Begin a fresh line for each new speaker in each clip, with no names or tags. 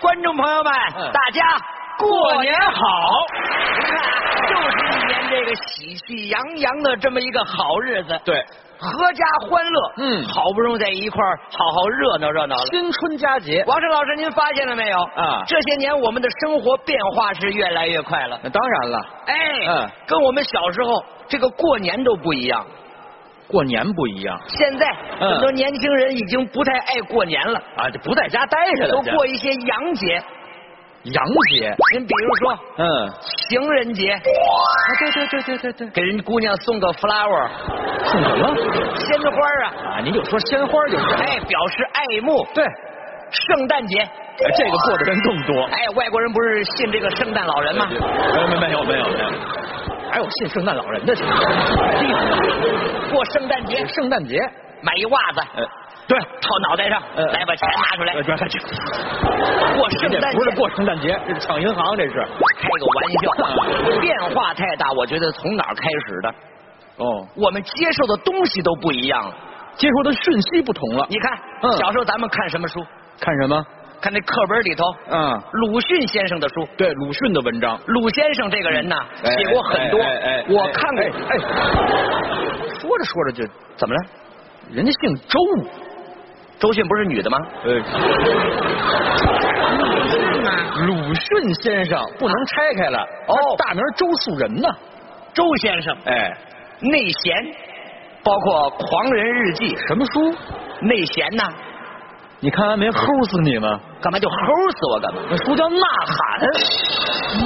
观众朋友们，
嗯
大家过年好！你看啊，就是一年这个喜气洋洋的这么一个好日子，
对，
阖家欢乐，
嗯
好不容易在一块儿好好热闹热闹了。
新春佳节，
王胜老师，您发现了没有？
啊
这些年我们的生活变化是越来越快了。
那当然了，
哎，
嗯
跟我们小时候这个过年都不一样。
过年不一样
现在
嗯
很多年轻人已经不太爱过年了，
啊，就不在家待着
都
了，这
过一些洋节。
洋节，
您比如说
嗯，
情人节，
啊，对对对对对对，
给人姑娘送个 flower
送什么？
鲜花啊，
啊，您就说鲜花就行了。
哎，表示爱慕。
对，
圣诞节，
哎这个过的人更多。哎
哎，外国人不是信这个圣诞老人吗？
没没没有没有没有，还有信圣诞老人的情哎况。
过圣诞节
圣诞节，
买一袜子，
呃，对，
套脑袋上，
呃
来把钱拿出来
呃，这这这
过圣诞
这
节。
呃不是过圣诞节，这是抢银行，这是。
开个玩笑，变化太大，我觉得从哪儿开始的？
哦，
我们接受的东西都不一样了。
接收的讯息不同了。
你看，
嗯
小时候咱们看什么书？
看什么？
看那课本里头，
嗯，
鲁迅先生的书。
对，鲁迅的文章。
鲁先生这个人呢，写过很多
哎哎哎哎，
我看过
哎。哎，说着说着就怎么了？人家姓周，
周迅不是女的吗？
呃，嗯鲁迅先生不能拆开了。
哦
他啊大名周树人呢。
周先生，
哎，
内贤，包括《狂人日记》
什么书？
内贤呐，
你看完没？齁死你们！
干嘛就齁死我干嘛？
那书叫《呐喊》，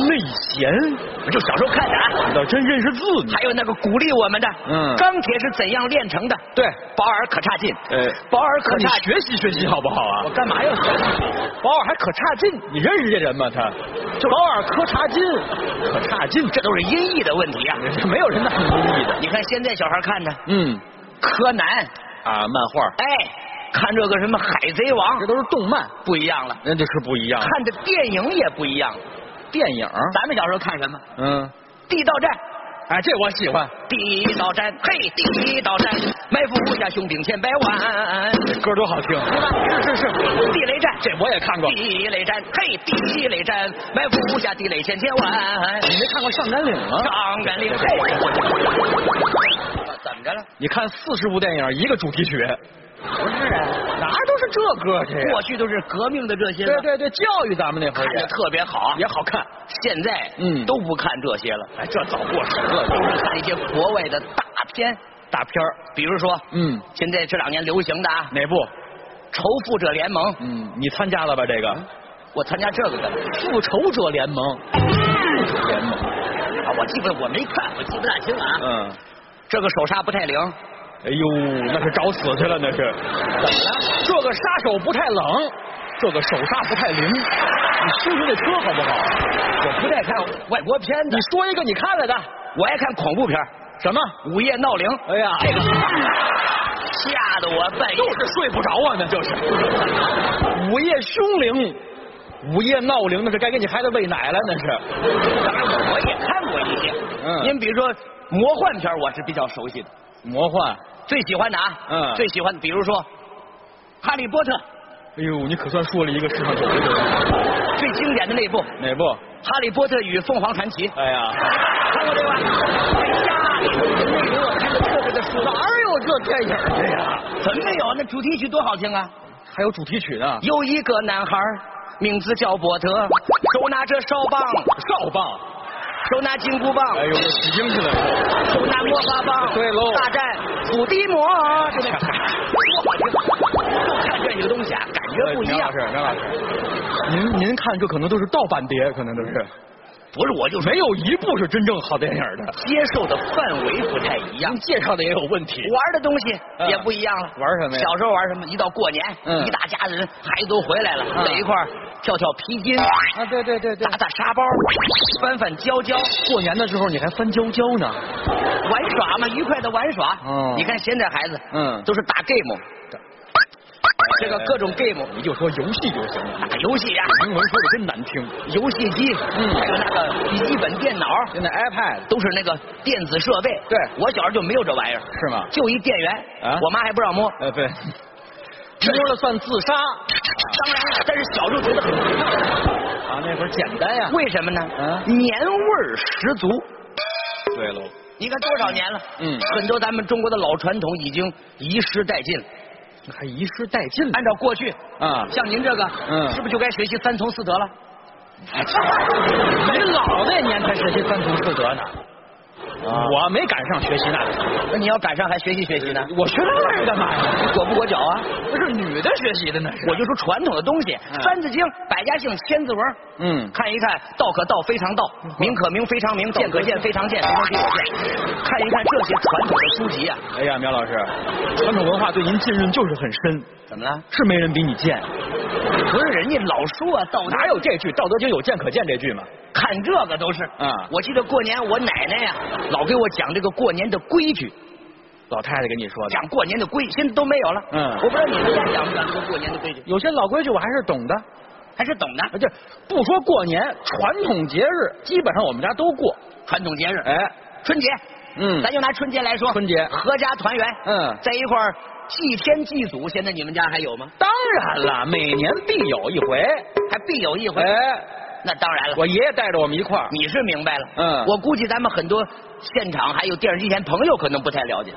内闲，
我就小时候看的啊。
你倒真认识字你。
还有那个鼓励我们的，
嗯
钢铁是怎样炼成的？
对，
保尔可差劲，
呃，
保尔可
可你
差劲。
学习学习好不好啊
我？干嘛要学？
保尔还可差劲，你认识这人吗？他保尔柯察金，可差劲，
这都是音译的问题啊！
这没有人拿你故意的。
你看现在小孩看的
嗯，
柯南，
啊，漫画，
哎，看这个什么海贼王
这都是动漫，
不一样了，
那就是不一样。
看的电影也不一样了。
电影，
咱们小时候看什么？
嗯，
地道战，
哎，这我喜欢，
地道战，嘿，地道战，埋伏无下凶兵千百万，
这歌多好听。是是是，
地雷战，
这我也看过。你
地雷战，嘿，地雷战，埋伏无下地雷千千万，
没看过哎《上甘岭》吗？
张甘岭，嘿，怎么着了？
你看四十部电影一个主题曲，
不是啊，
哪儿都是这歌去呀
过去都是革命的这些，
对，对对，教育咱们那会
看
儿
着
也
特别好啊。
也好看。
现在
嗯
都不看这些了，
哎，这早过时
都
了，
是看一些国外的大片，
大片儿。
比如说
嗯，
现在这两年流行的啊，
哪部？
《仇富者联盟》，
嗯，你参加了吧？这个
我参加这个干嘛？
复仇者联盟，复仇联盟。
啊，我记不我没看，我记不大清啊。
嗯，
这个手刹不太灵，
哎呦，那是找死去了，那是。这个杀手不太冷，这个手刹不太灵。你听听这车好不好？
我不太看外国片
你说一个你看了的
我爱看恐怖片，
什么？
《午夜闹铃》，
哎呀，
这个吓得我半夜
就是睡不着啊，那就是。午夜凶铃，午夜闹铃，那是该给你孩子喂奶了，那是。
当然我也看过一些，
嗯
您比如说魔幻片，我是比较熟悉的，
魔幻。
最喜欢的啊，
嗯
最喜欢的，比如说《哈利波特
哎呦，你可算说了一个世上有的人。》，
最经典的那部《
哪部？
哈利波特与凤凰传奇》，
哎呀，
看过这个吧？哎呀，那个我看的特别的舒哎
哪
畅，
有这电影的呀？
哎怎么没有？那主题曲多好听啊！
还有主题曲呢。
有一个男孩儿，名字叫伯特，手拿着哨棒，
少棒，
手拿金箍棒，
哎呦，起精去了。
手拿魔法棒，
对喽
大战伏地魔，就那个，多好听！就看这几个东西啊，感觉不一样
哎梁老。师，梁老师，您您看这可能都是盗版碟，可能都是
不是，我就说
没有一部是真正好电影的。
接受的范围不太一样，
您介绍的也有问题。
玩的东西
嗯
也不一样了。
玩什么呀
小时候玩什么？一到过年，
嗯
一大家子人，孩子都回来了，
嗯
在一块儿跳跳皮筋，
啊，对对对对
打，打沙包，翻翻浇浇。
过年的时候你还翻娇娇呢。
玩耍嘛，愉快的玩耍。
哦
你看现在孩子，
嗯
都是打 game，这个各种 game，
你就说游戏就行了。
打游戏呀、
英文说的真难听。
游戏机，
嗯
还有那个笔记本电脑，
现在 iPad
都是那个电子设备。
对
我小时候就没有这玩意儿，
是吗？
就一电源，
啊
我妈还不让摸，
呃，对，摸了算自杀，
当然了，但是小时候觉得很枯燥。
啊，那会儿简单呀。
为什么呢？
啊
年味儿十足。
对喽，
你看多少年了？
嗯
很多咱们中国的老传统已经遗失殆尽了。
还遗失殆尽了
按照过去，
啊！
像您这个，
嗯哎
是不是就该学习三从四德了？
你老那年才学习三从四德呢，我没赶上学习那个，
那你要赶上还学习学习呢？
我学那玩意儿干嘛呀？
裹不裹脚啊？
那是女的学习的呢
我就说传统的东西，
嗯
三字经》《百家姓》《千字文》，
嗯，
看一看，道可道非常道，名可名非常名，见可见非常见，非常非我
嗯
见。看一看这些传统的书籍啊，
哎呀，苗老师，传统文化对您浸润就是很深，
怎么了？
是没人比你贱。
不是人家老说啊，道德
哪有这句《道德经》有见可见这句吗？
看这个都是。
嗯
我记得过年我奶奶呀、老给我讲这个过年的规矩，
啊老太太跟你说的，
讲过年的规，现在都没有了。
嗯
我不知道你们家讲不讲说过年的规矩，
有些老规矩我还是懂的。
还是懂的。
这不说过年，传统节日基本上我们家都过。
传统节日，
哎，
春节，
嗯
咱就拿春节来说，
春节
合家团圆，
嗯
在一块儿祭天祭祖，现在你们家还有吗？
当然了，每年必有一回。
还必有一回。
哎，
那当然了，
我爷爷带着我们一块儿，
你是明白了。
嗯
我估计咱们很多现场还有电视机前朋友可能不太了解。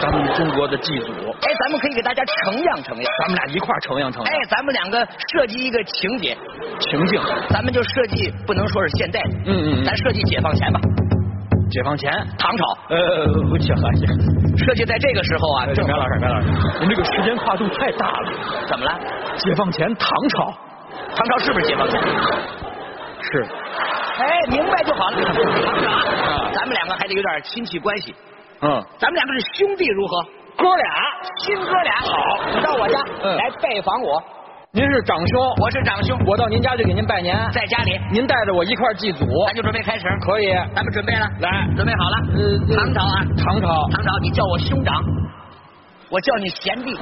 咱们中国的祭祖，咱
哎，咱们可以给大家承让承让。
们俩一块儿承扬承
哎
扬，
咱们两个设计一个情节，
情境。
咱们就设计不能说是现代的，
嗯嗯嗯
咱设计解放前吧，
解放前，
唐朝。
呃，不解放前。
设计在这个时候啊，正
苗老师，苗老师，您这个时间跨度太大了。
怎么了？
解放前，唐朝
唐朝是不是解放前？
是
哎，明白就 好了。
啊
咱们两个还得有点亲戚关系，
嗯，
咱们两个是兄弟如何？
哥俩，
亲哥俩，好，你到我家、
嗯
来拜访我，
您是长兄，
我是长兄，
我到您家去给您拜年，
在家里，
您带着我一块儿祭祖，
咱就准备开始。
可以？
咱们准备了，
来
准备好了。
呃
唐朝啊，
唐朝，
唐朝，你叫我兄长，我叫你贤弟，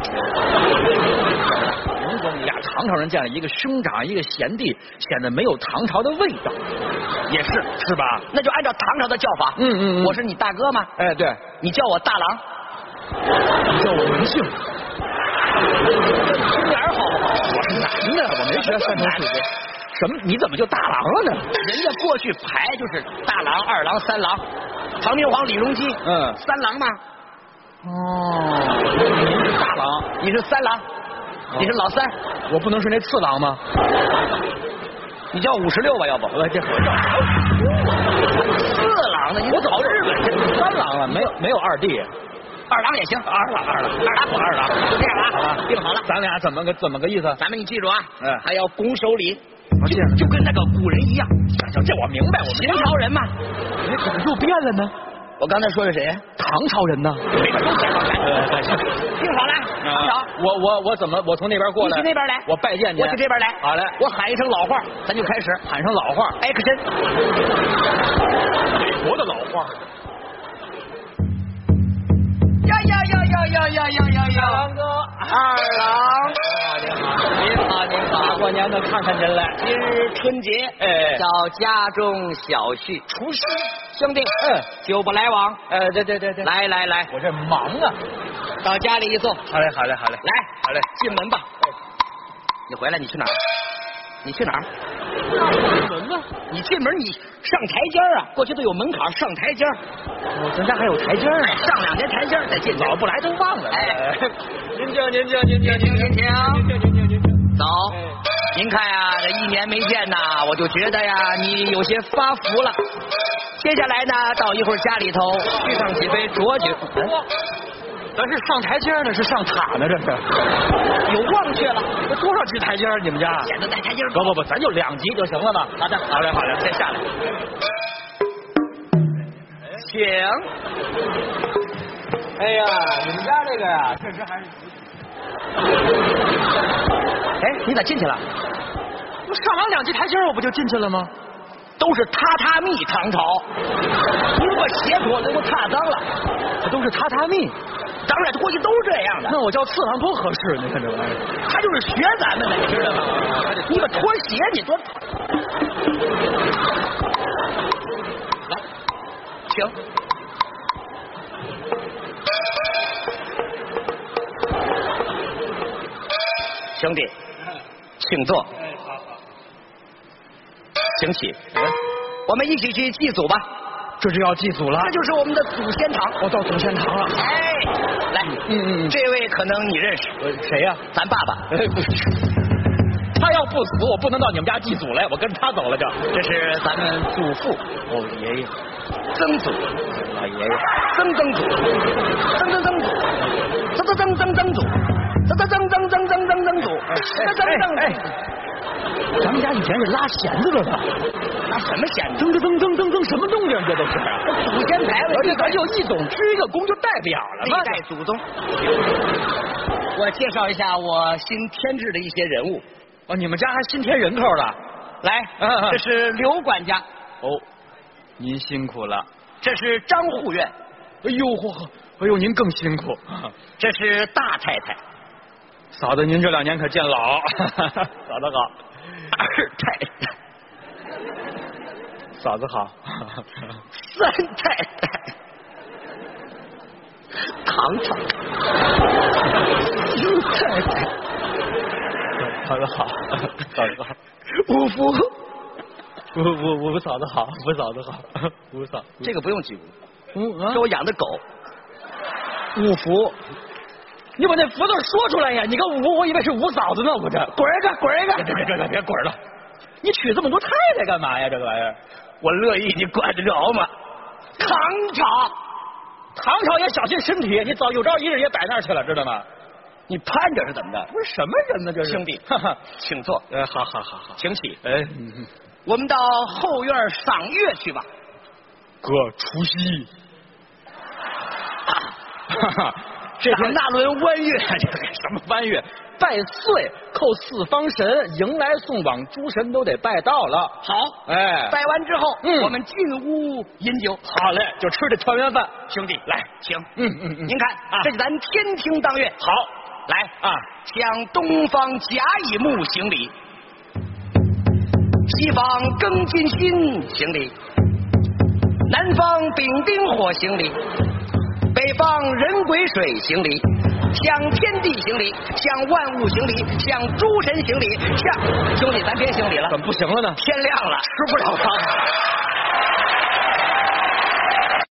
甭管俩唐朝人见了一个兄长一个贤弟，显得没有唐朝的味道，
也是。
是吧？
那就按照唐朝的叫法，
嗯嗯嗯
我是你大哥吗？
哎，对，
你叫我大郎，
你叫我文姓，
听点儿好不好？
我是男的，我没学三从四德。什么？你怎么就大郎了呢？
人家过去排就是大郎、二郎、三郎，唐明皇李隆基，
嗯
三郎嘛，
哦，您是大郎，
你是三郎，
嗯
你是老三，
我不能是那次郎吗？
你叫五十六吧，要不？
我这
四郎呢？你
我走
跑日本去，
三郎了，没有没有二弟，
二郎也行，
二郎二郎
二郎不二郎，就这样
好
了啊，
吧，
定好了。
咱俩怎么个怎么个意思？
咱们你记住啊，
嗯
还要拱手礼，
我记着
就跟那个古人一样，
行行，这我明白，我明
秦朝人嘛。
白。你怎么又变了呢？
我刚才说的谁？
唐朝人呢？
每个都解放前。
呃，
听好了，
嗯
唐朝，
我我我怎么我从那边过来？
你去那边来
我拜见您。
我去这边来。
好嘞，
我喊一声老话，咱就开始。
喊上老话，
哎 Action！
美国的老话。
呀呀呀呀呀呀呀呀呀！
哥，
二郎，
您好您好，过年的看看您来。
今日春节，
哎
找家中小婿，
厨师，
兄弟，
嗯，
久不来往。
呃，对对对对，，
来来来，
我这忙啊。
到家里一坐，
好嘞好嘞好嘞，
来，
好嘞，
进门吧。你回来，你去哪儿？你去哪儿？
门呢？
你进门你上台阶儿啊，过去都有门槛儿，上台阶儿，
我哦咱家还有台阶呢。
哎上两节台阶儿再进去。
老不来都忘了。
哎，
您请您请您请
您请
您请您请您请。
走
哎，
您看呀、这一年没见呐，我就觉得呀，你有些发福了。接下来呢，到一会儿家里头续上几杯浊酒，哎
咱是上台阶呢，是上塔呢？这是
有忘却了，
这多少级台阶儿？你们家？
显得在台阶儿
不不不，咱就两级就行了嘛。好的，好嘞，好嘞，
先下来，请。
哎呀，你们家这个呀，确实还是
哎，你咋进去了？
上完两级台阶，我不就进去了吗？
都是榻榻米唐朝，你把鞋脱了，给我踏脏了。
这都是榻榻米，
当然，过去都是这样的。
那我叫次郎多合适呢？你看这玩意儿，
他就是学咱们的，你知道吗？你把拖鞋，你多来，请。兄弟，请坐，
哎，好好，
请起，我们一起去祭祖吧，
这就要祭祖了啊
这，就是我们的祖先堂。
我到祖先堂了。
哎，来，
嗯嗯
这位可能你认识，
呃谁呀、
咱爸爸，
哎，不是，他要不死，我不能到你们家祭祖来，我跟着他走了就。
这是咱们祖父，
我爷爷，
曾祖，哎
我爷爷，
曾曾祖，曾曾曾祖，曾曾曾曾曾祖，曾曾曾曾曾曾曾曾
哎
祖，曾曾曾曾，
咱们家以前是拉弦子的吧？
那什么显
噔噔噔噔噔噔，什么动静？这都是。
祖先牌位
而且咱就一总支一个公就代表了
历
嘛。
代祖宗。我介绍一下我新添置的一些人物，
哦，你们家还新添人口了？
来
嗯嗯，
这是刘管家，
哦，您辛苦了。
这是张护院，
哎呦嚯，哎呦，您更辛苦。
这是大太太，
嫂子，您这两年可见 老。嫂子好，
二太太，
嫂子好。
三太太，堂堂，四太太，
嫂子好，嫂子好。
五福，
五五五嫂子好，五嫂子好，五嫂。
这个不用记，
五啊
是，我养的狗，
五福。你把那福字说出来呀！你个五，我以为是五嫂子呢，我这滚一个，滚一个！别别别别别滚了！你娶这么多太太干嘛呀？这个玩意儿，
我乐意，你管得着吗？唐朝，
唐朝也小心身体，你早有朝一日也摆那儿去了，知道吗？
你盼着是怎么着？
不是什么人呢，这是
兄弟
哈哈，
请坐，
呃，好好好好，
请起，
哎，嗯
我们到后院赏月去吧。
哥，除夕，哈哈，这
这
天
那轮弯月，
这个什么弯月，拜岁，叩四方神，迎来送往，诸神都得拜到了。
好，
哎，
拜完之后，
嗯
我们进屋饮酒。
好嘞，就吃这团圆饭。
兄弟，来，请，
嗯嗯嗯
您看，
啊
这是咱天庭当月。
好
来
啊，
向东方甲乙木行礼，西方庚金辛行礼，南方丙丁火行礼，北方人癸水行礼，向天地行礼，向万物行礼，向诸神行礼，向兄弟，咱别行礼了，
怎么不行了呢？
天亮了，吃不了饭。